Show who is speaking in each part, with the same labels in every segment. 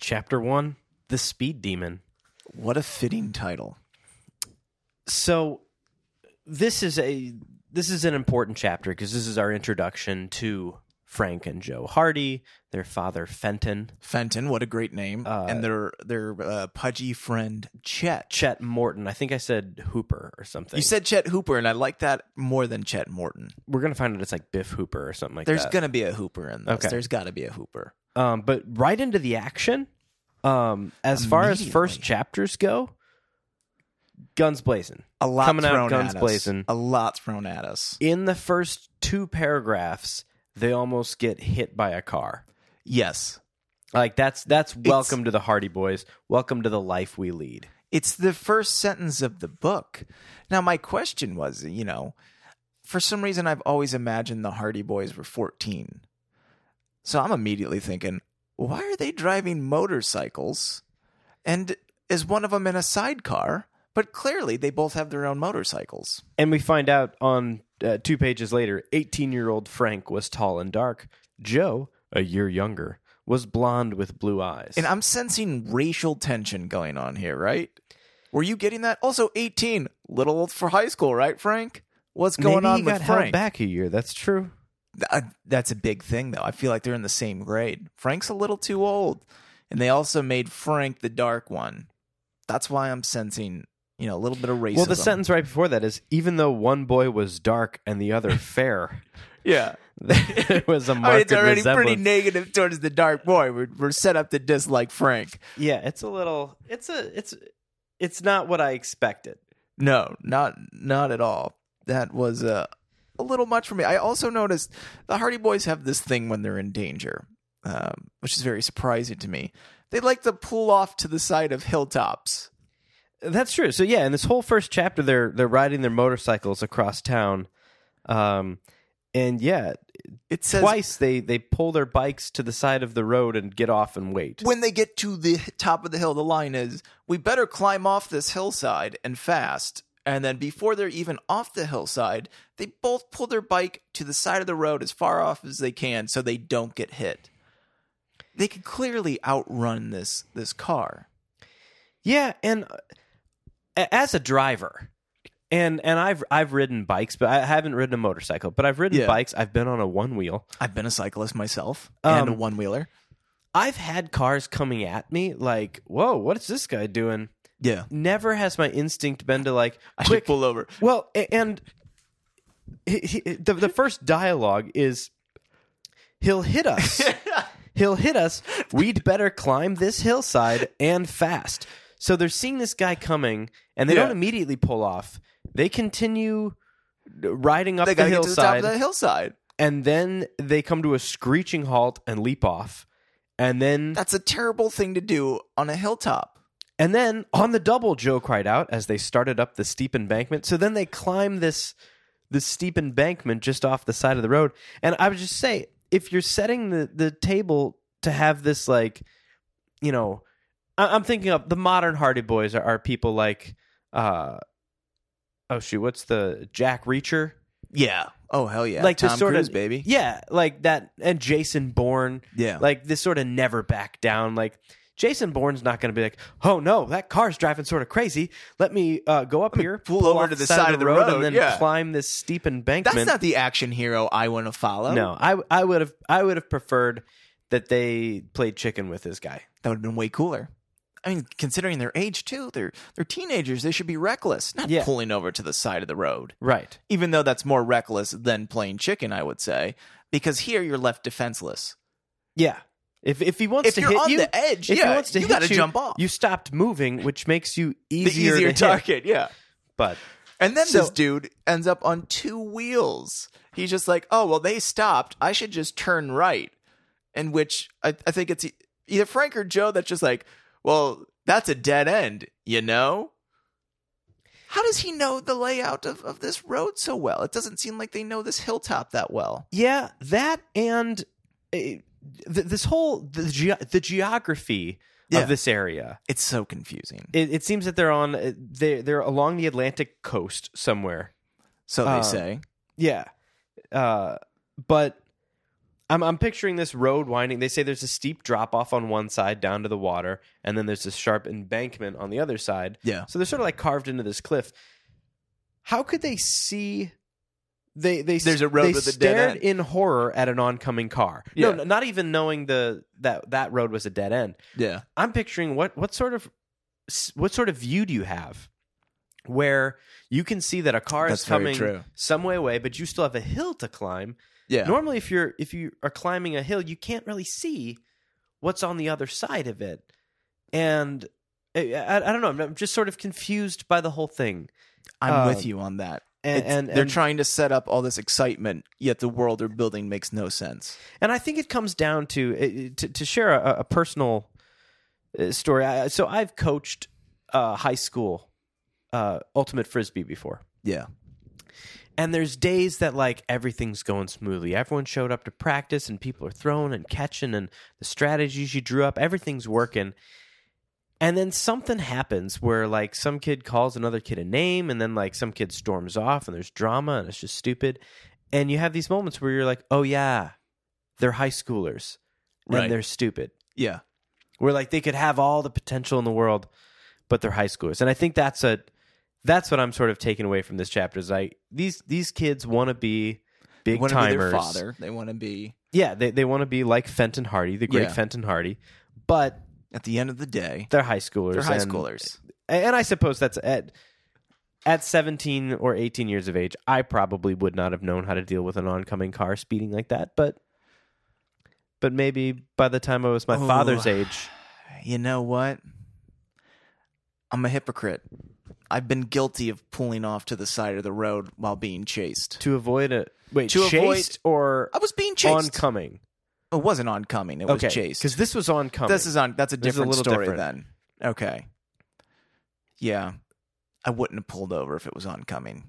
Speaker 1: Chapter one The Speed Demon.
Speaker 2: What a fitting title.
Speaker 1: So this is a this is an important chapter because this is our introduction to Frank and Joe Hardy, their father Fenton,
Speaker 2: Fenton, what a great name.
Speaker 1: Uh,
Speaker 2: and their their uh, pudgy friend Chet.
Speaker 1: Chet Morton. I think I said Hooper or something.
Speaker 2: You said Chet Hooper, and I like that more than Chet Morton.
Speaker 1: we're gonna find out it's like Biff Hooper or something like
Speaker 2: There's
Speaker 1: that.
Speaker 2: gonna be a Hooper in this.
Speaker 1: Okay.
Speaker 2: There's gotta be a Hooper.
Speaker 1: um, but right into the action. Um, as far as first
Speaker 2: Immediately.
Speaker 1: chapters go, guns blazing.
Speaker 2: A lot
Speaker 1: Coming out
Speaker 2: thrown
Speaker 1: guns
Speaker 2: at us.
Speaker 1: blazing.
Speaker 2: A lot thrown at us.
Speaker 1: In the first two paragraphs, they almost get hit by a car.
Speaker 2: Yes.
Speaker 1: Like that's that's welcome to the Hardy Boys. Welcome to the life we lead.
Speaker 2: It's the first sentence of the book. Now, my question was, you know, for some reason, I've always imagined the Hardy Boys were 14. So I'm immediately thinking, why are they driving motorcycles? And is one of them in a sidecar? But clearly, they both have their own motorcycles.
Speaker 1: And we find out on uh, two pages later, 18-year-old Frank was tall and dark. Joe, a year younger, was blonde with blue eyes.
Speaker 2: And I'm sensing racial tension going on here, right? Were you getting that? Also, 18, little old for high school, right, Frank? What's going
Speaker 1: Maybe
Speaker 2: on
Speaker 1: he
Speaker 2: with
Speaker 1: got held
Speaker 2: Frank?
Speaker 1: back a year. That's true.
Speaker 2: Th- I, that's a big thing though. I feel like they're in the same grade. Frank's a little too old, and they also made Frank the dark one. That's why I'm sensing, you know, a little bit of racism.
Speaker 1: Well, the sentence right before that is even though one boy was dark and the other fair,
Speaker 2: yeah.
Speaker 1: there was a marked
Speaker 2: I mean, it's already
Speaker 1: resemblance.
Speaker 2: pretty negative towards the dark boy. We're, we're set up to dislike Frank.
Speaker 1: yeah, it's a little. It's a. It's. It's not what I expected.
Speaker 2: No, not not at all. That was a a little much for me. I also noticed the Hardy Boys have this thing when they're in danger, um, which is very surprising to me. They like to pull off to the side of hilltops.
Speaker 1: That's true. So yeah, in this whole first chapter, they're they're riding their motorcycles across town, um, and yeah,
Speaker 2: It says
Speaker 1: twice they they pull their bikes to the side of the road and get off and wait.
Speaker 2: when they get to the top of the hill, the line is we better climb off this hillside and fast. And then before they're even off the hillside, they both pull their bike to the side of the road as far off as they can so they don't get hit. They could clearly outrun this this car.
Speaker 1: Yeah, and uh, a- as a driver, and and I've I've ridden bikes, but I haven't ridden a motorcycle. But I've ridden
Speaker 2: Yeah.
Speaker 1: bikes. I've been on a one wheel.
Speaker 2: I've been a cyclist myself and a
Speaker 1: Um,
Speaker 2: one wheeler.
Speaker 1: I've had cars coming at me like, "Whoa, what is this guy doing?"
Speaker 2: Yeah.
Speaker 1: Never has my instinct been to like,
Speaker 2: I should
Speaker 1: "Quick,
Speaker 2: pull over.
Speaker 1: Well, a- and he, he, the the first dialogue is he'll hit us. he'll hit us. We'd better climb this hillside and fast. So they're seeing this guy coming, and they
Speaker 2: Yeah.
Speaker 1: don't immediately pull off. They continue riding up
Speaker 2: They
Speaker 1: the
Speaker 2: gotta get to the top
Speaker 1: hillside,
Speaker 2: of the hillside.
Speaker 1: and then they come to a screeching halt and leap off. And then,
Speaker 2: That's a terrible thing to do on a hilltop.
Speaker 1: and then on the double, Joe cried out as they started up the steep embankment. So then they climb this this steep embankment just off the side of the road. And I would just say, if you're setting the the table to have this like, you know, I, I'm thinking of the modern Hardy Boys are, are people like, uh, oh shoot, what's the Jack Reacher?
Speaker 2: Yeah. Oh hell yeah.
Speaker 1: Like
Speaker 2: Tom
Speaker 1: this sort
Speaker 2: Cruise,
Speaker 1: of
Speaker 2: baby.
Speaker 1: Yeah, like that, and Jason Bourne.
Speaker 2: Yeah.
Speaker 1: like this sort of never back down like jason bourne's not going to be like oh no that car's driving sort of crazy let me uh, go up here
Speaker 2: pull over
Speaker 1: off
Speaker 2: to the side of the road,
Speaker 1: and then
Speaker 2: yeah.
Speaker 1: climb this steep embankment
Speaker 2: That's not the action hero I want to follow.
Speaker 1: no i i would have i would have preferred that they played chicken with this guy
Speaker 2: that would have been way cooler. I mean, considering their age too, they're they're teenagers. They should be reckless, not
Speaker 1: Yeah.
Speaker 2: pulling over to the side of the road.
Speaker 1: right
Speaker 2: Even though that's more reckless than playing chicken, I would say, because here you're left defenseless.
Speaker 1: yeah if if he wants
Speaker 2: If
Speaker 1: to
Speaker 2: you're
Speaker 1: hit
Speaker 2: on
Speaker 1: you
Speaker 2: the edge,
Speaker 1: if
Speaker 2: yeah,
Speaker 1: he wants to
Speaker 2: you
Speaker 1: hit
Speaker 2: gotta
Speaker 1: you,
Speaker 2: jump off.
Speaker 1: you stopped moving which makes you
Speaker 2: The
Speaker 1: easier,
Speaker 2: easier
Speaker 1: to hit.
Speaker 2: target, yeah.
Speaker 1: but
Speaker 2: And then
Speaker 1: So-
Speaker 2: this dude ends up on two wheels. He's just like, oh, well, they stopped. I should just turn right. And which I, I think it's e- either Frank or Joe that's just like, well, that's a dead end, you know? How does he know the layout of, of this road so well? It doesn't seem like they know this hilltop that well.
Speaker 1: Yeah, that and uh, th- this whole the, ge- the geography
Speaker 2: Yeah.
Speaker 1: of this area.
Speaker 2: It's so confusing.
Speaker 1: It, it seems that they're on uh, they they're along the Atlantic coast
Speaker 2: Um,
Speaker 1: somewhere.
Speaker 2: so they
Speaker 1: uh,
Speaker 2: say.
Speaker 1: Yeah, uh, but I I'm, I'm picturing this road winding. They say there's a steep drop off on one side down to the water, and then there's a sharp embankment on the other side.
Speaker 2: Yeah.
Speaker 1: So they're sort of like carved into this cliff. How could they see? They they
Speaker 2: There's a road
Speaker 1: they
Speaker 2: with a dead
Speaker 1: stared
Speaker 2: end.
Speaker 1: in horror at an oncoming car.
Speaker 2: Yeah.
Speaker 1: No, n- not even knowing the that that road was a dead end.
Speaker 2: Yeah.
Speaker 1: I'm picturing what what sort of s- what sort of view do you have where you can see that a car
Speaker 2: That's
Speaker 1: is
Speaker 2: very
Speaker 1: coming
Speaker 2: true.
Speaker 1: some way away, but you still have a hill to climb.
Speaker 2: Yeah.
Speaker 1: Normally, if you're if you are climbing a hill, you can't really see what's on the other side of it, and I, I, I don't know. I'm- I'm just sort of confused by the whole thing.
Speaker 2: I'm
Speaker 1: uh,
Speaker 2: with you on that.
Speaker 1: And
Speaker 2: It's-
Speaker 1: and,
Speaker 2: they're
Speaker 1: and,
Speaker 2: trying to set up all this excitement, yet the world they're building makes no sense.
Speaker 1: and I think it comes down to it- to, to share a, a personal uh, story. I, so I've coached uh, high school uh, ultimate frisbee before.
Speaker 2: Yeah.
Speaker 1: And there's days that like everything's going smoothly. Everyone showed up to practice and people are throwing and catching and the strategies you drew up, everything's working. And then something happens where like some kid calls another kid a name and then like some kid storms off and there's drama and it's just stupid. And you have these moments where you're like, "Oh yeah, they're high schoolers and
Speaker 2: Right.
Speaker 1: they're stupid."
Speaker 2: Yeah.
Speaker 1: where like they could have all the potential in the world, but they're high schoolers. And I think that's a that's what I'm sort of taking away from this chapter is like these these kids want to be
Speaker 2: They
Speaker 1: big
Speaker 2: want to be their
Speaker 1: timers.
Speaker 2: father. They want to be
Speaker 1: Yeah, they they want to be like Fenton Hardy, the great
Speaker 2: Yeah.
Speaker 1: Fenton Hardy, but
Speaker 2: at the end of the day.
Speaker 1: they're high schoolers.
Speaker 2: They're high
Speaker 1: and-
Speaker 2: schoolers.
Speaker 1: and I suppose that's at at 17 or 18 years of age, I probably would not have known how to deal with an oncoming car speeding like that, but but maybe by the time I was my
Speaker 2: Ooh.
Speaker 1: father's age,
Speaker 2: You know what? I'm a hypocrite. I've been guilty of pulling off to the side of the road while being chased.
Speaker 1: to avoid Oh, a wait
Speaker 2: To avoid-
Speaker 1: chased or
Speaker 2: I was being chased.
Speaker 1: oncoming.
Speaker 2: it wasn't oncoming. It was chased.
Speaker 1: because this was oncoming.
Speaker 2: this is on that's a
Speaker 1: This is a
Speaker 2: different
Speaker 1: little
Speaker 2: story
Speaker 1: different.
Speaker 2: then okay yeah i wouldn't have pulled over if it was oncoming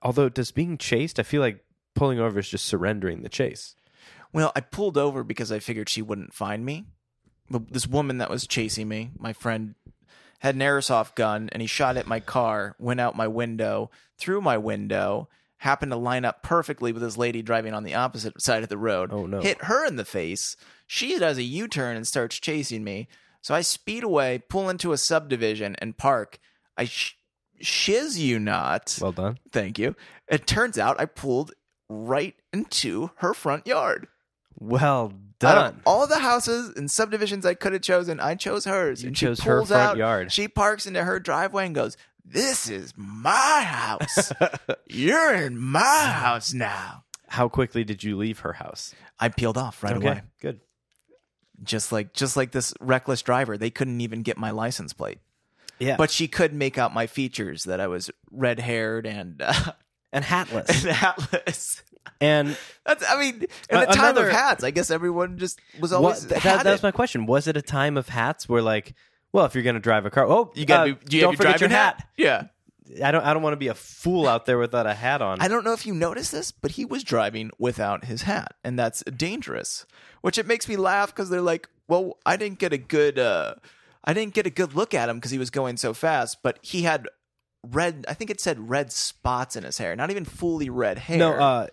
Speaker 1: although does being chased? I feel like pulling over is just surrendering the chase.
Speaker 2: well i pulled over because i figured she wouldn't find me but this woman that was chasing me my friend had an airsoft gun and he shot at my car went out my window through my window happened to line up perfectly with this lady driving on the opposite side of the road
Speaker 1: Oh, no.
Speaker 2: hit her in the face she does a u-turn and starts chasing me so i speed away pull into a subdivision and park i sh- shiz you not
Speaker 1: Well done.
Speaker 2: thank you it turns out i pulled right into her front yard
Speaker 1: Well
Speaker 2: out of all the houses and subdivisions I could have chosen, I chose hers.
Speaker 1: You
Speaker 2: and she
Speaker 1: chose her
Speaker 2: pulls
Speaker 1: front
Speaker 2: out,
Speaker 1: yard.
Speaker 2: She parks into her driveway and goes, This is my house. You're in my house now.
Speaker 1: How quickly did you leave her house?
Speaker 2: I peeled off right away.
Speaker 1: good.
Speaker 2: Just like just like this reckless driver, they couldn't even get my license plate.
Speaker 1: Yeah,
Speaker 2: But she could make out my features that I was red haired and, uh,
Speaker 1: and hatless
Speaker 2: and hatless.
Speaker 1: and
Speaker 2: That's, I mean, in
Speaker 1: Uh,
Speaker 2: the time
Speaker 1: another-
Speaker 2: of hats, I guess everyone just was
Speaker 1: what?
Speaker 2: always.
Speaker 1: That,
Speaker 2: had
Speaker 1: that's
Speaker 2: it.
Speaker 1: my question. Was it a time of hats where like, well, if you're going to drive a car, oh,
Speaker 2: you gotta
Speaker 1: uh,
Speaker 2: be, you
Speaker 1: don't
Speaker 2: gotta be
Speaker 1: forget
Speaker 2: driving
Speaker 1: your hat.
Speaker 2: Yeah.
Speaker 1: I don't. I don't want to be a fool out there without a hat on.
Speaker 2: I don't know if you noticed this, but he was driving without his hat, and that's dangerous. Which it makes me laugh because they're like, "Well, I didn't get a good, uh, I didn't get a good look at him because he was going so fast, but he had red. I think it said red spots in his hair, not even fully red hair.
Speaker 1: No, uh,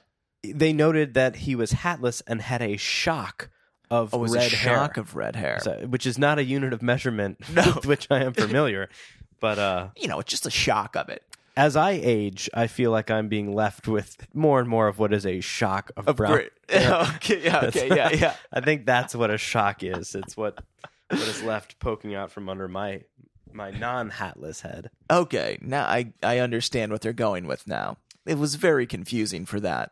Speaker 1: they noted that he was hatless and had a shock of
Speaker 2: oh, it was
Speaker 1: red
Speaker 2: a shock
Speaker 1: hair,
Speaker 2: of red hair.
Speaker 1: So- which is not a unit of measurement
Speaker 2: No.
Speaker 1: with which I am familiar. But uh,
Speaker 2: you know, it's just a shock of it.
Speaker 1: as I age, I feel like I'm being left with more and more of what is a shock of, brown.
Speaker 2: Great. okay, yeah, okay, yeah, yeah.
Speaker 1: I think that's what a shock is. It's what what is left poking out from under my my non-hatless head.
Speaker 2: Okay, now I I understand what they're going with now. It was very confusing for that.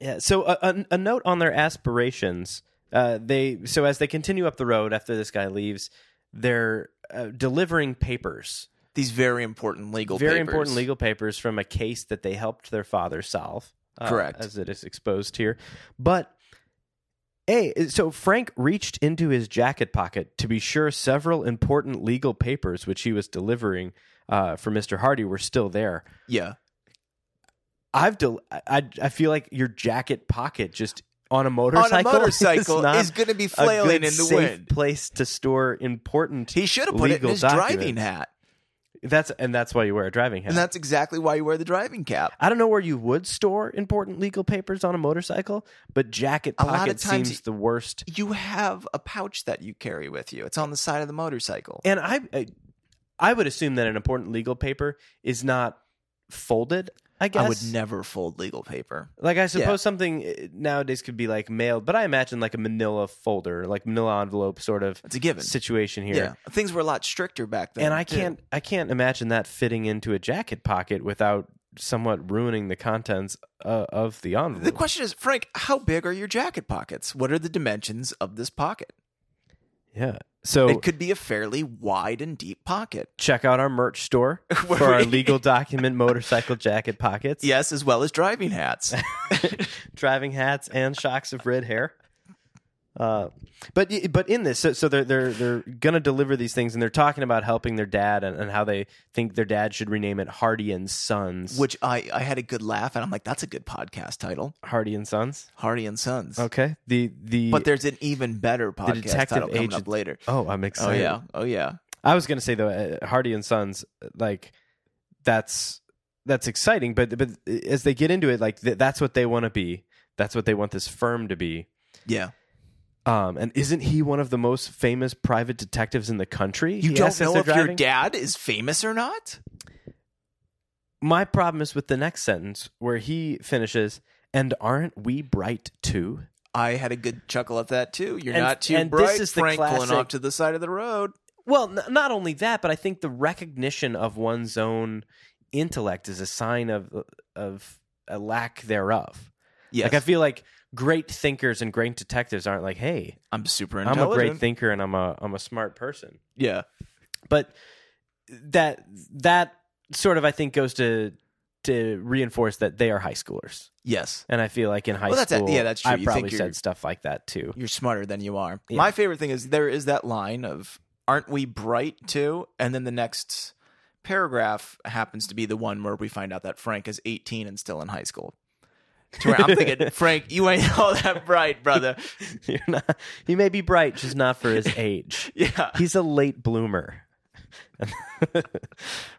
Speaker 1: Yeah. So a, a, a note on their aspirations. Uh, they so as they continue up the road after this guy leaves, they're uh, delivering papers,
Speaker 2: These very important legal,
Speaker 1: very
Speaker 2: papers.
Speaker 1: important legal papers from a case that they helped their father solve. uh,
Speaker 2: Correct.
Speaker 1: as it is exposed here, but. A, so Frank reached into his jacket pocket to be sure several important legal papers which he was delivering uh, for Mr. Hardy were still there.
Speaker 2: Yeah.
Speaker 1: I've del- I- I I feel like your jacket pocket just on a motorcycle
Speaker 2: on a motorcycle
Speaker 1: is, not
Speaker 2: is, going to be
Speaker 1: a good,
Speaker 2: flailing in the
Speaker 1: safe
Speaker 2: wind.
Speaker 1: place to store important.
Speaker 2: He should have put it in
Speaker 1: legal
Speaker 2: his
Speaker 1: documents.
Speaker 2: driving hat.
Speaker 1: That's and that's why you wear a driving hat.
Speaker 2: And that's exactly why you wear the driving cap.
Speaker 1: I don't know where you would store important legal papers on a motorcycle, but jacket
Speaker 2: A lot of
Speaker 1: pocket
Speaker 2: times
Speaker 1: seems
Speaker 2: you-
Speaker 1: the worst.
Speaker 2: You have a pouch that you carry with you. It's on the side of the motorcycle.
Speaker 1: And I, I, I would assume that an important legal paper is not folded. I guess
Speaker 2: I would never fold legal paper.
Speaker 1: Like I suppose something uh, nowadays could be like mailed, but I imagine like a Manila folder, like Manila envelope sort of
Speaker 2: It's a given.
Speaker 1: situation here.
Speaker 2: Yeah, things were a lot stricter back then.
Speaker 1: and I
Speaker 2: too.
Speaker 1: can't, I can't imagine that fitting into a jacket pocket without somewhat ruining the contents uh, of the envelope.
Speaker 2: The question is, Frank, how big are your jacket pockets? What are the dimensions of this pocket?
Speaker 1: yeah. So
Speaker 2: It could be a fairly wide and deep pocket.
Speaker 1: check out our merch store
Speaker 2: Where
Speaker 1: for our
Speaker 2: we-
Speaker 1: legal document motorcycle jacket pockets,
Speaker 2: Yes, as well as driving hats.
Speaker 1: driving hats, and shocks of red hair. Uh, but but in this, so, so they're they're they're gonna deliver these things, and they're talking about helping their dad and, and how they think their dad should rename it Hardy and Sons.
Speaker 2: which I, I had a good laugh and I'm like, that's a good podcast title.
Speaker 1: Hardy and Sons?
Speaker 2: Hardy and Sons.
Speaker 1: Okay. The the
Speaker 2: But there's an even better podcast
Speaker 1: detective
Speaker 2: title coming
Speaker 1: agent-
Speaker 2: up later.
Speaker 1: oh, I'm
Speaker 2: Oh
Speaker 1: excited.
Speaker 2: yeah. Oh yeah.
Speaker 1: I was gonna say though, uh, Hardy and Sons, like that's that's exciting, but but as they get into it, like th- that's what they want to be. That's what they want this firm to be.
Speaker 2: Yeah.
Speaker 1: Um, and isn't he one of the most famous private detectives in the country?
Speaker 2: You
Speaker 1: He
Speaker 2: don't
Speaker 1: asks as
Speaker 2: know
Speaker 1: they're
Speaker 2: if your
Speaker 1: driving.
Speaker 2: dad is famous or not?
Speaker 1: My problem is with the next sentence where he finishes, "And aren't we bright too?"
Speaker 2: I had a good chuckle at that too. You're
Speaker 1: And-
Speaker 2: not too
Speaker 1: and this
Speaker 2: bright,
Speaker 1: is the
Speaker 2: Frank, pulling
Speaker 1: classic-
Speaker 2: off to the side of the road.
Speaker 1: Well, n- not only that, but I think the recognition of one's own intellect is a sign of of a lack thereof.
Speaker 2: Yes,
Speaker 1: Like I feel like great thinkers and great detectives aren't like, "Hey,
Speaker 2: I'm super
Speaker 1: I'm
Speaker 2: intelligent.
Speaker 1: a great thinker and I'm a I'm a smart person."
Speaker 2: Yeah,
Speaker 1: But that that sort of I think goes to to reinforce that they are high schoolers.
Speaker 2: yes,
Speaker 1: And I feel like in high
Speaker 2: Well, that's a-
Speaker 1: school,
Speaker 2: yeah, that's true. You
Speaker 1: I
Speaker 2: think
Speaker 1: probably
Speaker 2: you're-
Speaker 1: said stuff like that too.
Speaker 2: you're smarter than you are.
Speaker 1: Yeah.
Speaker 2: My favorite thing is there is that line of "Aren't we bright too?" and then the next paragraph happens to be the one where we find out that Frank is 18 and still in high school. To where I'm thinking, Frank, you ain't all that bright, brother.
Speaker 1: You're not, he may be bright, just not for his age.
Speaker 2: Yeah,
Speaker 1: He's a late bloomer.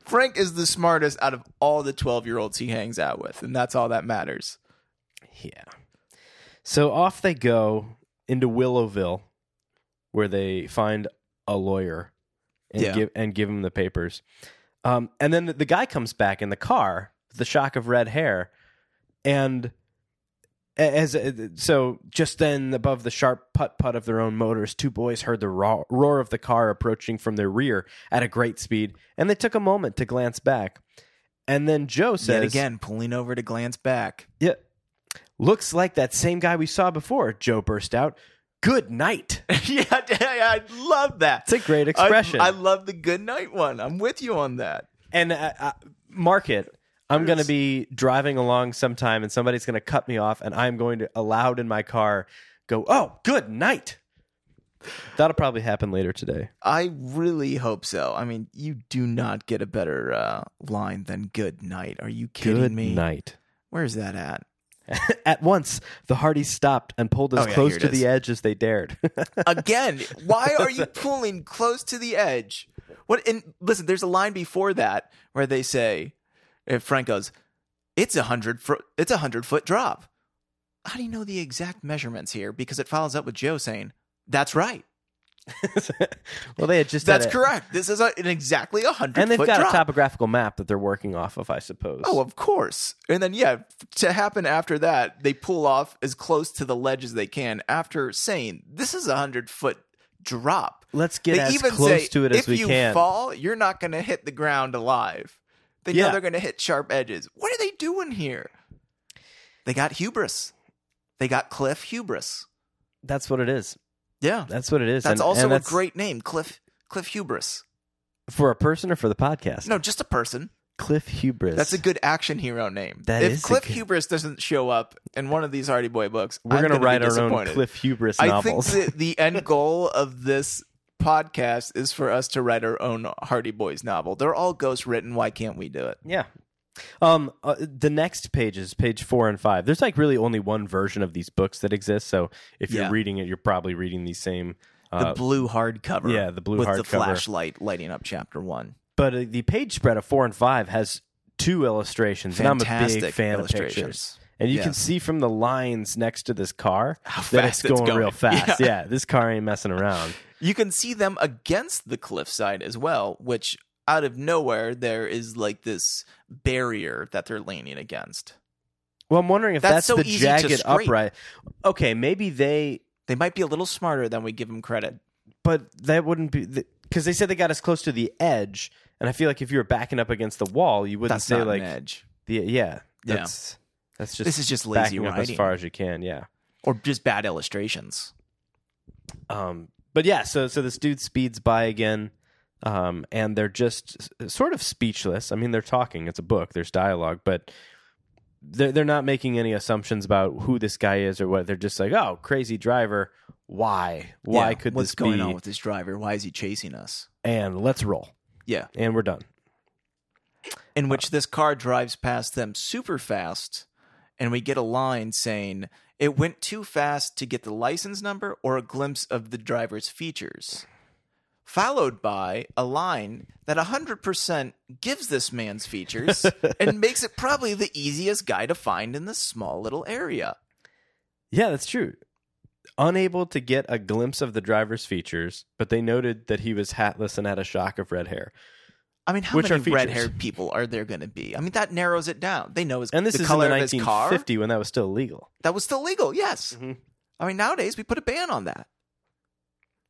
Speaker 2: Frank is the smartest out of all the 12 year olds he hangs out with, and that's all that matters.
Speaker 1: Yeah. So off they go into Willowville, where they find a lawyer and
Speaker 2: Yeah.
Speaker 1: give and give him the papers. Um, and then the, the guy comes back in the car, the shock of red hair, and a- as uh, so just then above the sharp putt putt of their own motors two boys heard the ro- roar of the car approaching from their rear at a great speed and they took a moment to glance back and then joe says
Speaker 2: Yet again, pulling over to glance back.
Speaker 1: yeah. Looks like that same guy we saw before, Joe burst out. Good night.
Speaker 2: yeah, I love that.
Speaker 1: It's a great
Speaker 2: I-
Speaker 1: expression.
Speaker 2: I, love the good night one. I'm with you on that.
Speaker 1: and uh, uh, mark it. I'm going to be driving along sometime and somebody's going to cut me off, and I'm going to, aloud in my car, go, Oh, good night. That'll probably happen later today.
Speaker 2: I really hope so. I mean, you do not get a better uh, line than good night. Are you kidding
Speaker 1: good
Speaker 2: me?
Speaker 1: night.
Speaker 2: Where's that at?
Speaker 1: At once, the Hardys stopped and pulled as
Speaker 2: Oh, yeah,
Speaker 1: close
Speaker 2: here it
Speaker 1: to
Speaker 2: is.
Speaker 1: the edge as they dared.
Speaker 2: Again, why are you pulling close to the edge? What and listen, there's a line before that where they say if Frank goes, it's a hundred fro- it's a hundred foot drop. How do you know the exact measurements here? Because it follows up with Joe saying, That's right.
Speaker 1: well, they had just had
Speaker 2: That's
Speaker 1: a-
Speaker 2: correct. This is a, an exactly a hundred
Speaker 1: And they've
Speaker 2: foot
Speaker 1: got
Speaker 2: drop.
Speaker 1: a topographical map that they're working off of, I suppose.
Speaker 2: Oh, of course. And then, yeah, to happen after that, they pull off as close to the ledge as they can after saying, This is a hundred foot drop.
Speaker 1: Let's get
Speaker 2: they
Speaker 1: as
Speaker 2: even
Speaker 1: close
Speaker 2: say,
Speaker 1: to it as
Speaker 2: if
Speaker 1: we
Speaker 2: you
Speaker 1: can.
Speaker 2: fall, you're not going to hit the ground alive. They know
Speaker 1: Yeah.
Speaker 2: they're going to hit sharp edges. What are they doing here? They got hubris. They got Cliff Hubris.
Speaker 1: That's what it is.
Speaker 2: Yeah.
Speaker 1: That's what it is.
Speaker 2: That's
Speaker 1: And-
Speaker 2: also
Speaker 1: and
Speaker 2: a
Speaker 1: that's
Speaker 2: great name, Cliff Cliff Hubris.
Speaker 1: for a person or for the podcast.
Speaker 2: No, just a person.
Speaker 1: Cliff Hubris.
Speaker 2: That's a good action hero name.
Speaker 1: That
Speaker 2: if
Speaker 1: is a
Speaker 2: Cliff
Speaker 1: good-
Speaker 2: Hubris doesn't show up in one of these Hardy Boy books,
Speaker 1: We're
Speaker 2: I'm
Speaker 1: gonna
Speaker 2: gonna be
Speaker 1: write our own
Speaker 2: disappointed.
Speaker 1: Cliff Hubris
Speaker 2: I
Speaker 1: novels.
Speaker 2: think that the end goal of this podcast is for us to write our own Hardy Boys novel. They're all ghost written. Why can't we do it?
Speaker 1: yeah. Um, uh, the next pages, page four and five. There's like really only one version of these books that exists. So if you're
Speaker 2: Yeah.
Speaker 1: reading it, you're probably reading the same.
Speaker 2: The
Speaker 1: Uh,
Speaker 2: blue hardcover.
Speaker 1: yeah, the blue
Speaker 2: with the
Speaker 1: hardcover.
Speaker 2: flashlight lighting up chapter one.
Speaker 1: But uh, the page spread of four and five has two illustrations, and I'm a big fan of pictures. And you can
Speaker 2: Yes.
Speaker 1: see from the lines next to this car
Speaker 2: How
Speaker 1: that
Speaker 2: fast
Speaker 1: it's going,
Speaker 2: it's going.
Speaker 1: real fast.
Speaker 2: Yeah.
Speaker 1: Yeah. this car ain't messing around.
Speaker 2: You can see them against the cliffside as well, which out of nowhere there is like this barrier that they're leaning against.
Speaker 1: Well, I'm wondering if
Speaker 2: That's
Speaker 1: that's,
Speaker 2: so
Speaker 1: the
Speaker 2: easy to
Speaker 1: jagged
Speaker 2: scrape.
Speaker 1: upright. Okay, maybe they,
Speaker 2: They might be a little smarter than we give them credit.
Speaker 1: but that wouldn't be because they said they got us close to the edge, and I feel like if you were backing up against the wall, you wouldn't
Speaker 2: That's
Speaker 1: say
Speaker 2: not
Speaker 1: like
Speaker 2: an edge.
Speaker 1: the yeah. That's that's just
Speaker 2: this is just lazy
Speaker 1: backing up as
Speaker 2: writing,
Speaker 1: far as you can. Yeah.
Speaker 2: or just bad illustrations.
Speaker 1: Um, but yeah, so so this dude speeds by again, um, and they're just s- sort of speechless. I mean, they're talking; it's a book. There's dialogue, but they're they're not making any assumptions about who this guy is or what. They're just like, "Oh, crazy driver! Why? Why
Speaker 2: Yeah,
Speaker 1: could
Speaker 2: what's
Speaker 1: this
Speaker 2: going
Speaker 1: be?"
Speaker 2: on with this driver? Why is he chasing us?
Speaker 1: and let's roll,
Speaker 2: Yeah,
Speaker 1: and we're done.
Speaker 2: in which this car drives past them super fast, and we get a line saying it went too fast to get the license number or a glimpse of the driver's features. Followed by a line that 100% gives this man's features and makes it probably the easiest guy to find in this small little area.
Speaker 1: Yeah, that's true. Unable to get a glimpse of the driver's features, but they noted that he was hatless and had a shock of red hair.
Speaker 2: I mean, how
Speaker 1: Which are
Speaker 2: many
Speaker 1: features?
Speaker 2: red haired people are there going to be? I mean, that narrows it down. They know his,
Speaker 1: And this
Speaker 2: the
Speaker 1: is
Speaker 2: color
Speaker 1: in the
Speaker 2: of his car.
Speaker 1: 1950 when that was still legal.
Speaker 2: That was still legal, yes.
Speaker 1: Mhm.
Speaker 2: I mean, nowadays we put a ban on that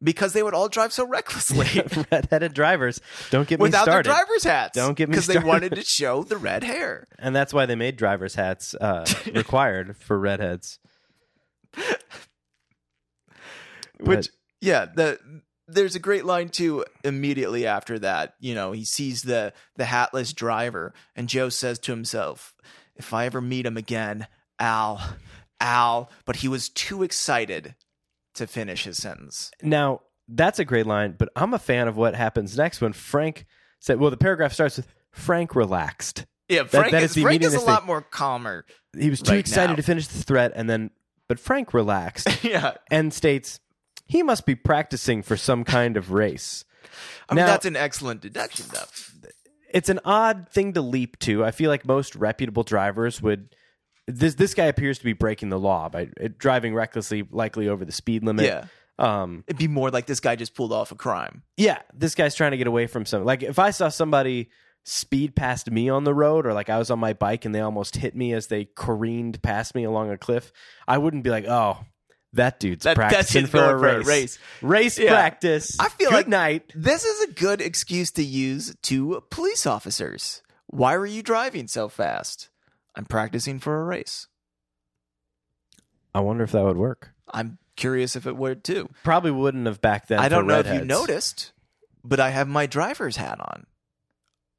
Speaker 2: because they would all drive so recklessly
Speaker 1: Red-headed drivers don't get me
Speaker 2: without their
Speaker 1: started.
Speaker 2: driver's hats.
Speaker 1: Don't get me
Speaker 2: because they
Speaker 1: started.
Speaker 2: wanted to show the red hair.
Speaker 1: And that's why they made driver's hats uh, required for redheads.
Speaker 2: Which, yeah, the there's a great line too. Immediately after that, you know, he sees the the hatless driver, and Joe says to himself, "If I ever meet him again, Al, Al." But he was too excited to finish his sentence.
Speaker 1: Now, that's a great line, but I'm a fan of what happens next when Frank said, well, the paragraph starts with Frank relaxed.
Speaker 2: Yeah, Frank
Speaker 1: that
Speaker 2: is,
Speaker 1: is the
Speaker 2: Frank is a
Speaker 1: immediateness
Speaker 2: lot more calmer.
Speaker 1: He was too
Speaker 2: Right
Speaker 1: excited
Speaker 2: now.
Speaker 1: to finish the threat and then, but Frank relaxed
Speaker 2: yeah,
Speaker 1: and states, he must be practicing for some kind of race.
Speaker 2: I mean
Speaker 1: Now-
Speaker 2: that's an excellent deduction, though.
Speaker 1: It's an odd thing to leap to. I feel like most reputable drivers would. This this guy appears to be breaking the law by uh, driving recklessly, likely over the speed limit.
Speaker 2: Yeah.
Speaker 1: Um,
Speaker 2: It'd be more like this guy just pulled off a crime.
Speaker 1: yeah, this guy's trying to get away from something. Like if I saw somebody speed past me on the road or like I was on my bike and they almost hit me as they careened past me along a cliff, I wouldn't be like, "Oh, that dude's
Speaker 2: That- that's
Speaker 1: practicing
Speaker 2: him
Speaker 1: for, a
Speaker 2: going
Speaker 1: race. Race
Speaker 2: Yeah.
Speaker 1: practice."
Speaker 2: I feel
Speaker 1: Good
Speaker 2: like-
Speaker 1: night.
Speaker 2: This is a good excuse to use to police officers. Why were you driving so fast? I'm practicing for a race.
Speaker 1: I wonder if that would work.
Speaker 2: I'm curious if it would too.
Speaker 1: Probably wouldn't have back then.
Speaker 2: I don't
Speaker 1: for
Speaker 2: know if you
Speaker 1: redheads.
Speaker 2: noticed, but I have my driver's hat on.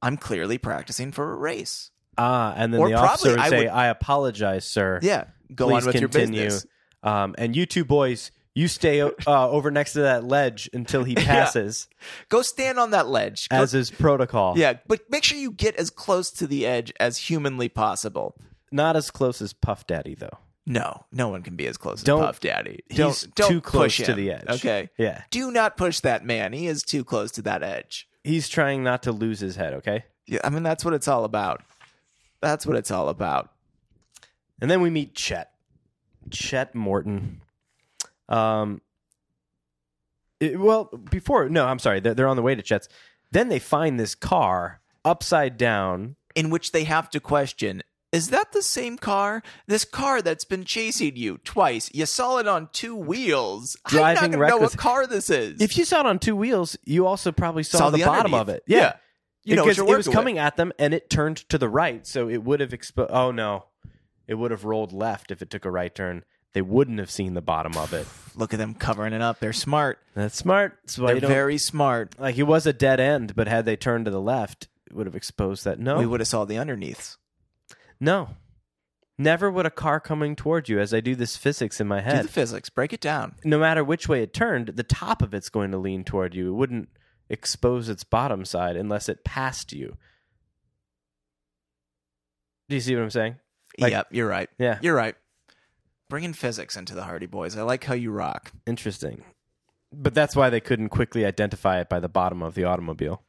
Speaker 2: I'm clearly practicing for a race.
Speaker 1: Ah, and then
Speaker 2: Or
Speaker 1: the officer
Speaker 2: probably
Speaker 1: would
Speaker 2: I
Speaker 1: say,
Speaker 2: would-
Speaker 1: "I apologize, sir.
Speaker 2: Yeah, go
Speaker 1: Please
Speaker 2: on with
Speaker 1: continue.
Speaker 2: your business.
Speaker 1: Um, and you two boys, you stay uh, over next to that ledge until he passes,
Speaker 2: Go stand on that ledge. Go-
Speaker 1: as is protocol.
Speaker 2: yeah, but make sure you get as close to the edge as humanly possible.
Speaker 1: Not as close as Puff Daddy though.
Speaker 2: No, no one can be as close
Speaker 1: Don't-
Speaker 2: as Puff Daddy.
Speaker 1: don't-
Speaker 2: He's don't
Speaker 1: too close
Speaker 2: push
Speaker 1: to
Speaker 2: him,
Speaker 1: the edge.
Speaker 2: Okay.
Speaker 1: Yeah.
Speaker 2: Do not push that man. He is too close to that edge.
Speaker 1: He's trying not to lose his head, okay?
Speaker 2: Yeah, I mean that's what it's all about. That's what it's all about.
Speaker 1: And then we meet Chet. Chet Morton. Um it- well, before no, I'm sorry. They're, they're on the way to Chet's. Then they find this car upside down.
Speaker 2: In which they have to question, is that the same car? This car that's been chasing you twice. You saw it on two wheels. I'm
Speaker 1: Driving
Speaker 2: not gonna know
Speaker 1: reckless-
Speaker 2: what car this is.
Speaker 1: If you saw it on two wheels, you also probably saw, the, bottom
Speaker 2: underneath.
Speaker 1: of it.
Speaker 2: Yeah. You know what
Speaker 1: because
Speaker 2: you're
Speaker 1: it was
Speaker 2: working with.
Speaker 1: coming at them and it turned to the right, so it would have exposed. Oh no, it would have rolled left if it took a right turn. They wouldn't have seen the bottom of it.
Speaker 2: Look at them covering it up. They're smart.
Speaker 1: That's smart. That's why
Speaker 2: They're
Speaker 1: you don't-
Speaker 2: very smart.
Speaker 1: like it was a dead end, but had they turned to the left, it would have exposed that. No,
Speaker 2: We would have saw the underneaths.
Speaker 1: no, never would a car coming toward you. As I do this physics in my
Speaker 2: Do
Speaker 1: head,
Speaker 2: the physics. Break it down.
Speaker 1: no matter which way it turned, the top of it's going to lean toward you. It wouldn't expose its bottom side unless it passed you. Do you see what I'm saying? Like-
Speaker 2: yep, you're right.
Speaker 1: Yeah.
Speaker 2: You're right. Bringing physics into the Hardy Boys. I like how you rock.
Speaker 1: Interesting. But that's why they couldn't quickly identify it by the bottom of the automobile.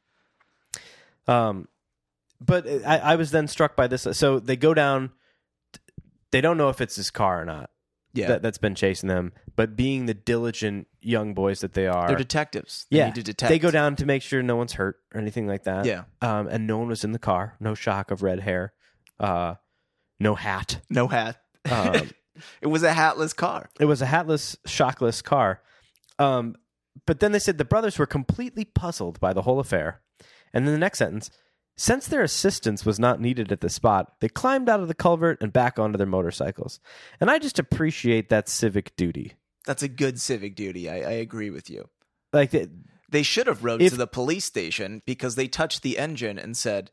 Speaker 1: Um, but I, I was then struck by this. So they go down. They don't know if it's his car or not
Speaker 2: Yeah.
Speaker 1: that, that's been chasing them. But being the diligent young boys that they are,
Speaker 2: They're detectives. They
Speaker 1: Yeah.
Speaker 2: need to detect.
Speaker 1: they go down to make sure no one's hurt or anything like that.
Speaker 2: Yeah.
Speaker 1: Um, and no one was in the car. No shock of red hair. Uh, no hat.
Speaker 2: No hat.
Speaker 1: Um,
Speaker 2: it was a hatless car.
Speaker 1: it was a hatless, shockless car. Um, but then they said the brothers were completely puzzled by the whole affair. And then the next sentence since their assistance was not needed at the spot, they climbed out of the culvert and back onto their motorcycles. And I just appreciate that civic duty.
Speaker 2: That's a good civic duty. I, I agree with you.
Speaker 1: Like, they,
Speaker 2: They should have rode
Speaker 1: If-
Speaker 2: to the police station because they touched the engine and said,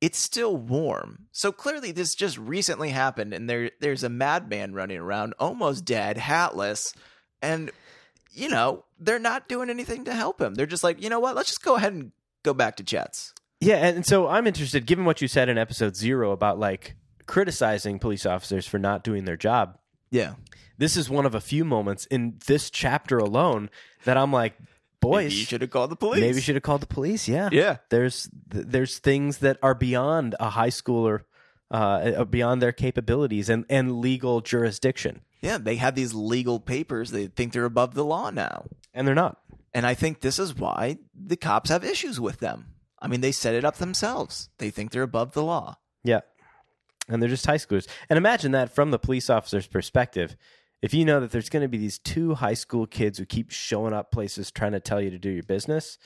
Speaker 2: "It's still warm." So clearly, this just recently happened, and there there's a madman running around, almost dead, hatless, and you know they're not doing anything to help him. They're just like, you know what? Let's just go ahead and go back to Jets.
Speaker 1: Yeah, and and so I'm interested, given what you said in episode zero about like criticizing police officers for not doing their job.
Speaker 2: Yeah,
Speaker 1: This is one of a few moments in this chapter alone that I'm like, boys,
Speaker 2: Maybe you should have called the police.
Speaker 1: maybe you should have called the police. Yeah,
Speaker 2: Yeah.
Speaker 1: There's th- there's things that are beyond a high schooler, uh, uh, beyond their capabilities and and legal jurisdiction,
Speaker 2: Yeah, they have these legal papers. They think they're above the law now.
Speaker 1: and they're not.
Speaker 2: And I think this is why the cops have issues with them. I mean, they set it up themselves. They think they're above the law.
Speaker 1: Yeah. And they're just high schoolers. And imagine that from the police officer's perspective. If you know that there's going to be these two high school kids who keep showing up places trying to tell you to do your business,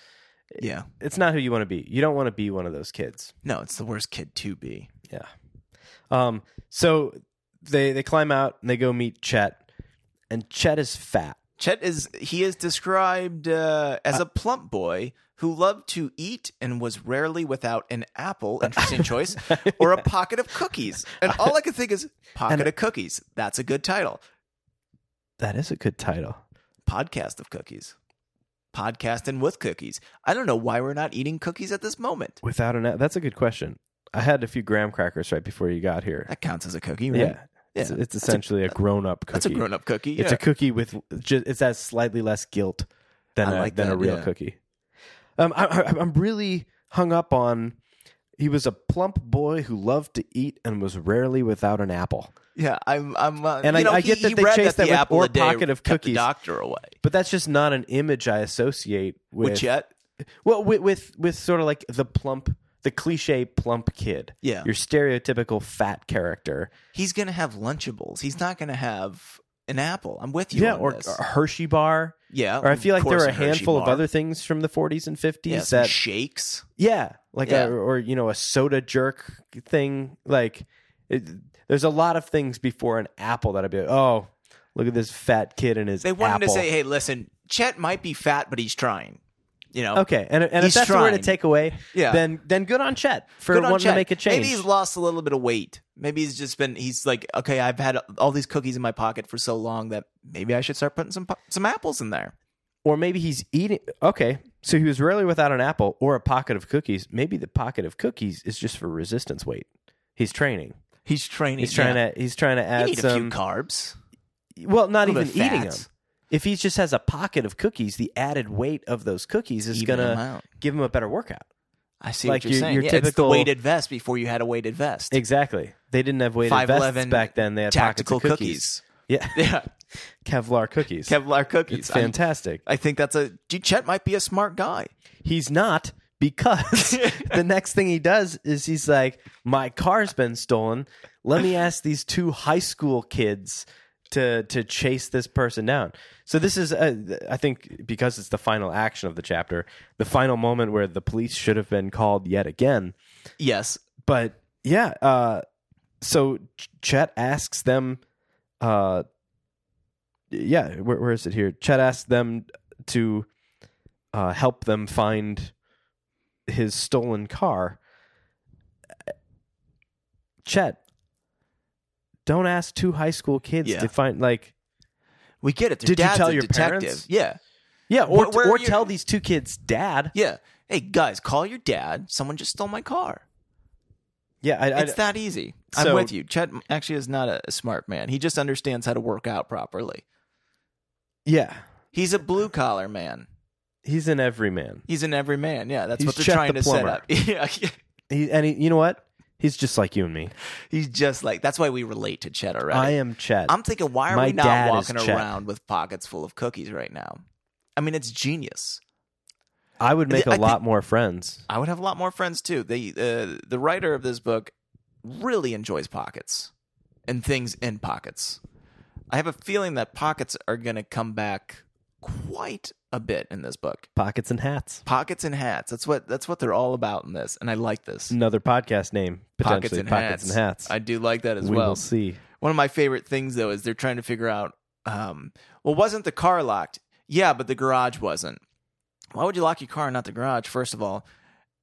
Speaker 2: Yeah.
Speaker 1: it's not who you want to be. You don't want to be one of those kids.
Speaker 2: No, it's the worst kid to be.
Speaker 1: Yeah. Um, so they they climb out and they go meet Chet. And Chet is fat.
Speaker 2: Chet is he is described uh, as a plump boy who loved to eat and was rarely without an apple, interesting choice, or a pocket of cookies. And all I could think is pocket of cookies. That's a good title.
Speaker 1: That is a good title.
Speaker 2: Podcast of cookies. Podcasting with cookies. I don't know why we're not eating cookies at this moment.
Speaker 1: Without an a- that's a good question. I had a few graham crackers right before you got here.
Speaker 2: That counts as a cookie, right?
Speaker 1: Yeah. It's,
Speaker 2: Yeah.
Speaker 1: it's essentially a, grown-up cookie.
Speaker 2: That's a grown up cookie.
Speaker 1: It's a cookie with just it's has slightly less guilt than
Speaker 2: I
Speaker 1: a,
Speaker 2: like
Speaker 1: than a
Speaker 2: that,
Speaker 1: real
Speaker 2: yeah.
Speaker 1: cookie. Um, I, I, I'm really hung up on. He was a plump boy who loved to eat and was rarely without an apple.
Speaker 2: yeah. I'm. I'm. Uh,
Speaker 1: And
Speaker 2: you
Speaker 1: I-
Speaker 2: know,
Speaker 1: I
Speaker 2: he-
Speaker 1: get that
Speaker 2: he
Speaker 1: they
Speaker 2: read
Speaker 1: chase
Speaker 2: that
Speaker 1: that
Speaker 2: the
Speaker 1: with
Speaker 2: apple
Speaker 1: or
Speaker 2: a day
Speaker 1: pocket of
Speaker 2: kept the
Speaker 1: cookies.
Speaker 2: doctor away.
Speaker 1: But that's just not an image I associate with,
Speaker 2: Which yet,
Speaker 1: well with, with with sort of like the plump, the cliche plump kid.
Speaker 2: Yeah.
Speaker 1: your stereotypical fat character.
Speaker 2: he's gonna have Lunchables. He's not gonna have an apple. I'm with you.
Speaker 1: yeah,
Speaker 2: on
Speaker 1: or,
Speaker 2: this.
Speaker 1: or Hershey bar.
Speaker 2: yeah.
Speaker 1: Or I feel
Speaker 2: of
Speaker 1: like there
Speaker 2: course,
Speaker 1: are a
Speaker 2: Hershey
Speaker 1: handful of
Speaker 2: bar.
Speaker 1: other things from the 40s and 50s
Speaker 2: yeah, some
Speaker 1: that
Speaker 2: shakes.
Speaker 1: Yeah, like
Speaker 2: Yeah.
Speaker 1: A, or you know a soda jerk thing. Like it, there's a lot of things before an apple that I'd be like, oh, look at this fat kid and his
Speaker 2: They wanted
Speaker 1: apple.
Speaker 2: to say, hey, listen, Chet might be fat, but he's trying. You know.
Speaker 1: okay, and, and if
Speaker 2: He's
Speaker 1: that's the word to
Speaker 2: trying.
Speaker 1: take away,
Speaker 2: Yeah.
Speaker 1: then then good on Chet for
Speaker 2: Good on
Speaker 1: wanting
Speaker 2: Chet.
Speaker 1: to make a change.
Speaker 2: Maybe he's lost a little bit of weight. Maybe he's just been. He's like, okay, I've had all these cookies in my pocket for so long that maybe I should start putting some po- some apples in there.
Speaker 1: or maybe he's eating. Okay, so he was rarely without an apple or a pocket of cookies. Maybe the pocket of cookies is just for resistance weight. He's training.
Speaker 2: He's training.
Speaker 1: He's trying
Speaker 2: yeah.
Speaker 1: to. He's trying to
Speaker 2: You
Speaker 1: add
Speaker 2: need a few
Speaker 1: some.
Speaker 2: carbs.
Speaker 1: well, not
Speaker 2: little
Speaker 1: even
Speaker 2: bit of
Speaker 1: eating them.
Speaker 2: fats.
Speaker 1: If he just has a pocket of cookies, the added weight of those cookies is
Speaker 2: Even
Speaker 1: gonna
Speaker 2: them out.
Speaker 1: give him a better workout.
Speaker 2: I see
Speaker 1: like
Speaker 2: what you're
Speaker 1: your-
Speaker 2: saying.
Speaker 1: your
Speaker 2: yeah, it's the
Speaker 1: typical-
Speaker 2: weighted vest before you had a weighted vest.
Speaker 1: Exactly. They didn't have weighted vests
Speaker 2: 5'11
Speaker 1: back then. They had
Speaker 2: Tactical
Speaker 1: pockets of
Speaker 2: cookies.
Speaker 1: Yeah,
Speaker 2: Yeah,
Speaker 1: Kevlar cookies.
Speaker 2: Kevlar cookies.
Speaker 1: it's
Speaker 2: I'm-
Speaker 1: fantastic.
Speaker 2: I think that's a gee, Chet might be a smart guy.
Speaker 1: He's not because the next thing he does is he's like, "My car's been stolen. Let me ask these two high school kids to to chase this person down." So this is, uh, I think, because it's the final action of the chapter, the final moment where the police should have been called yet again.
Speaker 2: Yes,
Speaker 1: but yeah uh so Ch- chet asks them uh yeah where, where is it here chet asks them to uh help them find his stolen car chet don't ask two high school kids
Speaker 2: Yeah.
Speaker 1: to find like
Speaker 2: we get it. Their
Speaker 1: Did you
Speaker 2: dad's
Speaker 1: tell
Speaker 2: a
Speaker 1: your
Speaker 2: detective.
Speaker 1: parents?
Speaker 2: Yeah,
Speaker 1: yeah or
Speaker 2: Where- where
Speaker 1: or
Speaker 2: are you-
Speaker 1: tell these two kids dad
Speaker 2: yeah. Hey guys, call your dad. Someone just stole my car.
Speaker 1: yeah i, I
Speaker 2: It's that easy. I'm
Speaker 1: So-
Speaker 2: with you. Chet actually is not a, a smart man. He just understands how to work out properly.
Speaker 1: yeah
Speaker 2: He's a blue collar man.
Speaker 1: He's an everyman.
Speaker 2: He's an everyman. Yeah, that's
Speaker 1: He's
Speaker 2: what they're
Speaker 1: Chet
Speaker 2: trying
Speaker 1: the
Speaker 2: to set
Speaker 1: plumber.
Speaker 2: up. yeah, yeah.
Speaker 1: He, and he, you know what? He's just like you and me.
Speaker 2: he's just like that's why we relate to Chet already.
Speaker 1: I am Chet.
Speaker 2: I'm thinking, why are
Speaker 1: My
Speaker 2: we
Speaker 1: dad
Speaker 2: not
Speaker 1: is
Speaker 2: walking
Speaker 1: Chet.
Speaker 2: around with pockets full of cookies right now? I mean, it's genius.
Speaker 1: I would make a
Speaker 2: I think-
Speaker 1: lot more friends.
Speaker 2: I would have a lot more friends too. The uh, the writer of this book really enjoys pockets and things in pockets. I have a feeling that pockets are going to come back quite a bit in this book.
Speaker 1: Pockets and hats.
Speaker 2: Pockets and hats. That's what that's what they're all about in this, and I like this.
Speaker 1: Another podcast name Mm,
Speaker 2: Pockets
Speaker 1: potentially.
Speaker 2: and
Speaker 1: Pockets
Speaker 2: hats.
Speaker 1: and hats.
Speaker 2: I do like that as
Speaker 1: we
Speaker 2: well.
Speaker 1: will see.
Speaker 2: One of my favorite things though is they're trying to figure out um well wasn't the car locked? Yeah, but the garage wasn't. Why would you lock your car and not the garage first of all?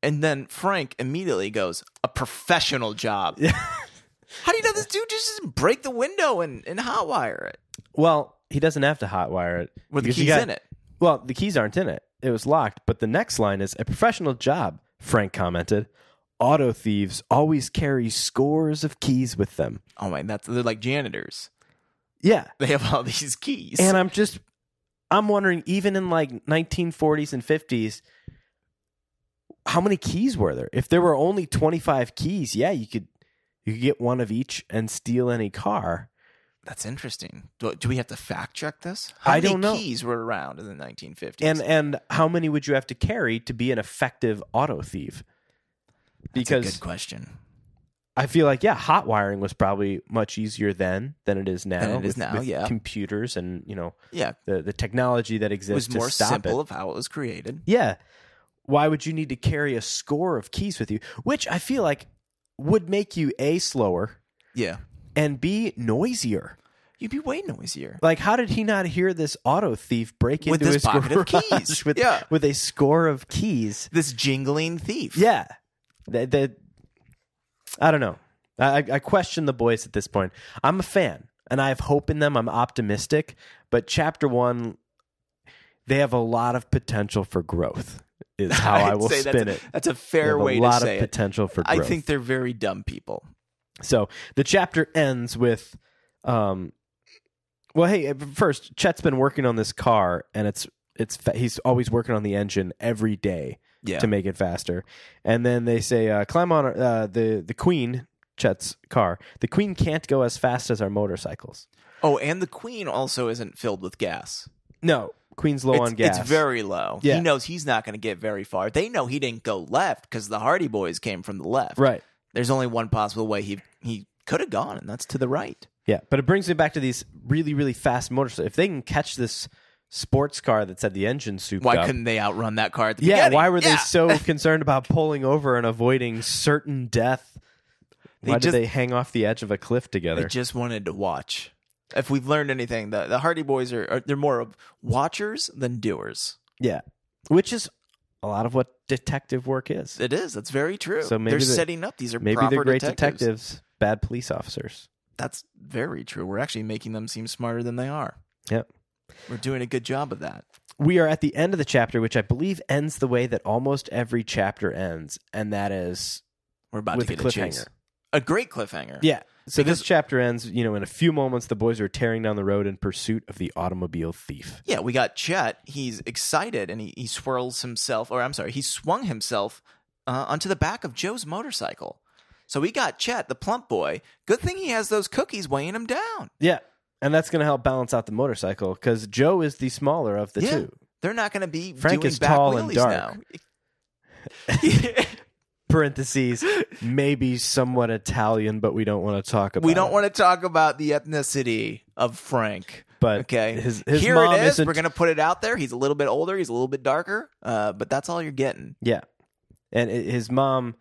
Speaker 2: And then Frank immediately goes, "A professional job." How do you know this dude just didn't break the window and and hotwire it
Speaker 1: Well, he doesn't have to hotwire it
Speaker 2: with the
Speaker 1: because you
Speaker 2: keys
Speaker 1: got-
Speaker 2: in it?
Speaker 1: Well, the keys aren't in it. It was locked. But the next line is a professional job. Frank commented. Auto thieves always carry scores of keys with them.
Speaker 2: Oh my, that's they're like janitors.
Speaker 1: Yeah,
Speaker 2: They have all these keys.
Speaker 1: and I'm just, I'm wondering, even in like 1940s and 50s, how many keys were there? If there were only 25 keys, yeah, you could, you could get one of each and steal any car.
Speaker 2: that's interesting. Do, do we have to fact check this? How
Speaker 1: I
Speaker 2: many
Speaker 1: don't know.
Speaker 2: Keys were around in the 1950s.
Speaker 1: And and how many would you have to carry to be an effective auto thief?
Speaker 2: that's a
Speaker 1: Because
Speaker 2: good question.
Speaker 1: I feel like yeah, hot wiring was probably much easier then than it is now.
Speaker 2: Than it is
Speaker 1: with,
Speaker 2: now,
Speaker 1: with
Speaker 2: yeah.
Speaker 1: computers and you know
Speaker 2: Yeah,
Speaker 1: the the technology that
Speaker 2: it
Speaker 1: exists
Speaker 2: was
Speaker 1: to
Speaker 2: more
Speaker 1: stop
Speaker 2: simple
Speaker 1: it.
Speaker 2: of how it was created.
Speaker 1: Yeah, why would you need to carry a score of keys with you? Which I feel like would make you a slower
Speaker 2: Yeah,
Speaker 1: and b noisier.
Speaker 2: you'd be way noisier.
Speaker 1: Like, how did he not hear this auto thief break
Speaker 2: With
Speaker 1: into
Speaker 2: this
Speaker 1: his
Speaker 2: pocket of
Speaker 1: garage
Speaker 2: keys.
Speaker 1: with
Speaker 2: Yeah.
Speaker 1: with a score of keys?
Speaker 2: This jingling thief.
Speaker 1: Yeah. That, that, I don't know. I, I- I question the boys at this point. I'm a fan and I have hope in them. I'm optimistic. But chapter one, they have a lot of potential for growth, is how I
Speaker 2: I'd
Speaker 1: will
Speaker 2: say
Speaker 1: spin
Speaker 2: that's,
Speaker 1: it.
Speaker 2: That's a
Speaker 1: They
Speaker 2: fair
Speaker 1: have
Speaker 2: way
Speaker 1: a lot
Speaker 2: to say
Speaker 1: of
Speaker 2: it.
Speaker 1: potential for
Speaker 2: I
Speaker 1: growth.
Speaker 2: think they're very dumb people.
Speaker 1: so the chapter ends with, um, well, hey, uh, first Chet's been working on this car, and it's it's fa- he's always working on the engine every day
Speaker 2: Yeah,
Speaker 1: to make it faster. And then they say, uh, "Climb on our, uh, the the Queen." Chet's car. The Queen can't go as fast as our motorcycles.
Speaker 2: Oh, and the queen also isn't filled with gas.
Speaker 1: No, Queen's low
Speaker 2: it's,
Speaker 1: on gas.
Speaker 2: It's very low.
Speaker 1: Yeah.
Speaker 2: He knows he's not going to get very far. They know he didn't go left because the Hardy Boys came from the left.
Speaker 1: right.
Speaker 2: There's only one possible way he he could have gone, and that's to the right.
Speaker 1: Yeah, but it brings me back to these really really fast motorcycles. If they can catch this sports car that's had the engine souped
Speaker 2: Why
Speaker 1: up-
Speaker 2: couldn't they outrun that car at the
Speaker 1: yeah,
Speaker 2: beginning?
Speaker 1: why were they
Speaker 2: Yeah.
Speaker 1: so concerned about pulling over and avoiding certain death?
Speaker 2: They
Speaker 1: why
Speaker 2: just-
Speaker 1: did they hang off the edge of a cliff
Speaker 2: I
Speaker 1: together?
Speaker 2: just wanted to watch. If we've learned anything, the, the Hardy Boys are, are they're more of watchers than doers.
Speaker 1: yeah, which is a lot of what detective work is.
Speaker 2: It is. That's very true.
Speaker 1: So maybe
Speaker 2: they're
Speaker 1: the-
Speaker 2: setting up. These are
Speaker 1: Maybe
Speaker 2: proper
Speaker 1: they're great
Speaker 2: detectives.
Speaker 1: detectives. bad police officers.
Speaker 2: That's very true. We're actually making them seem smarter than they are.
Speaker 1: Yep.
Speaker 2: We're doing a good job of that.
Speaker 1: We are at the end of the chapter, which I believe ends the way that almost every chapter ends, and that is
Speaker 2: We're about
Speaker 1: with
Speaker 2: to
Speaker 1: a
Speaker 2: get a, chase.
Speaker 1: cliffhanger.
Speaker 2: A great cliffhanger.
Speaker 1: Yeah. So
Speaker 2: Because-
Speaker 1: this chapter ends, you know, in a few moments, the boys are tearing down the road in pursuit of the automobile thief.
Speaker 2: Yeah, we got Chet. He's excited and he, he swirls himself, or I'm sorry, he swung himself uh, onto the back of Joe's motorcycle. So we got Chet, the plump boy. Good thing he has those cookies weighing him down.
Speaker 1: Yeah. And that's going to help balance out the motorcycle because Joe is the smaller of the
Speaker 2: Yeah.
Speaker 1: two.
Speaker 2: They're not going to be
Speaker 1: Frank
Speaker 2: doing
Speaker 1: is
Speaker 2: back
Speaker 1: tall and
Speaker 2: wheelies
Speaker 1: dark.
Speaker 2: now.
Speaker 1: Parentheses, maybe somewhat Italian, but we don't want to talk about
Speaker 2: we don't
Speaker 1: it.
Speaker 2: want to talk about the ethnicity of Frank.
Speaker 1: But
Speaker 2: Okay,
Speaker 1: Uh, his, his
Speaker 2: here
Speaker 1: mom
Speaker 2: it is.
Speaker 1: isn't
Speaker 2: We're gonna put it out there. He's a little bit older. He's a little bit darker. Uh, but that's all you're getting.
Speaker 1: Yeah. And i- his mom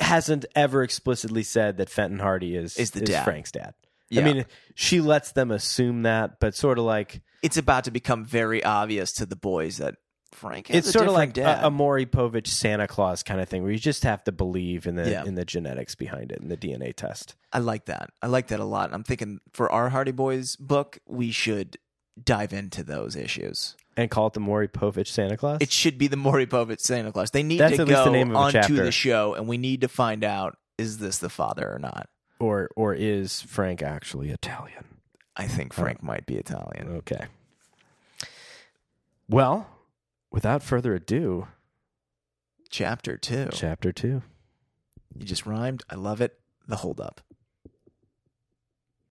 Speaker 1: hasn't ever explicitly said that Fenton Hardy is,
Speaker 2: Is the dad.
Speaker 1: Frank's dad.
Speaker 2: Yeah.
Speaker 1: I mean, she lets them assume that, but sort of like
Speaker 2: It's about to become very obvious to the boys that Frank. Has
Speaker 1: it's sort of like uh, um,
Speaker 2: dad.
Speaker 1: a, a Maury Povich Santa Claus kind of thing where you just have to believe in the
Speaker 2: Yeah.
Speaker 1: in the genetics behind it in the DNA test.
Speaker 2: I like that. I like that a lot. And I'm thinking for our Hardy Boys book, we should dive into those issues.
Speaker 1: And call it the Maury Povich Santa Claus.
Speaker 2: It should be the Maury Povich Santa Claus. They need
Speaker 1: That's
Speaker 2: to
Speaker 1: at least
Speaker 2: go
Speaker 1: the name of the
Speaker 2: onto
Speaker 1: chapter.
Speaker 2: the show, and we need to find out is this the father or not.
Speaker 1: or or is Frank actually Italian? Uh,
Speaker 2: I think Frank might be Italian.
Speaker 1: Okay. Well, without further ado,
Speaker 2: Chapter two.
Speaker 1: chapter two.
Speaker 2: You just rhymed. I love it. The holdup.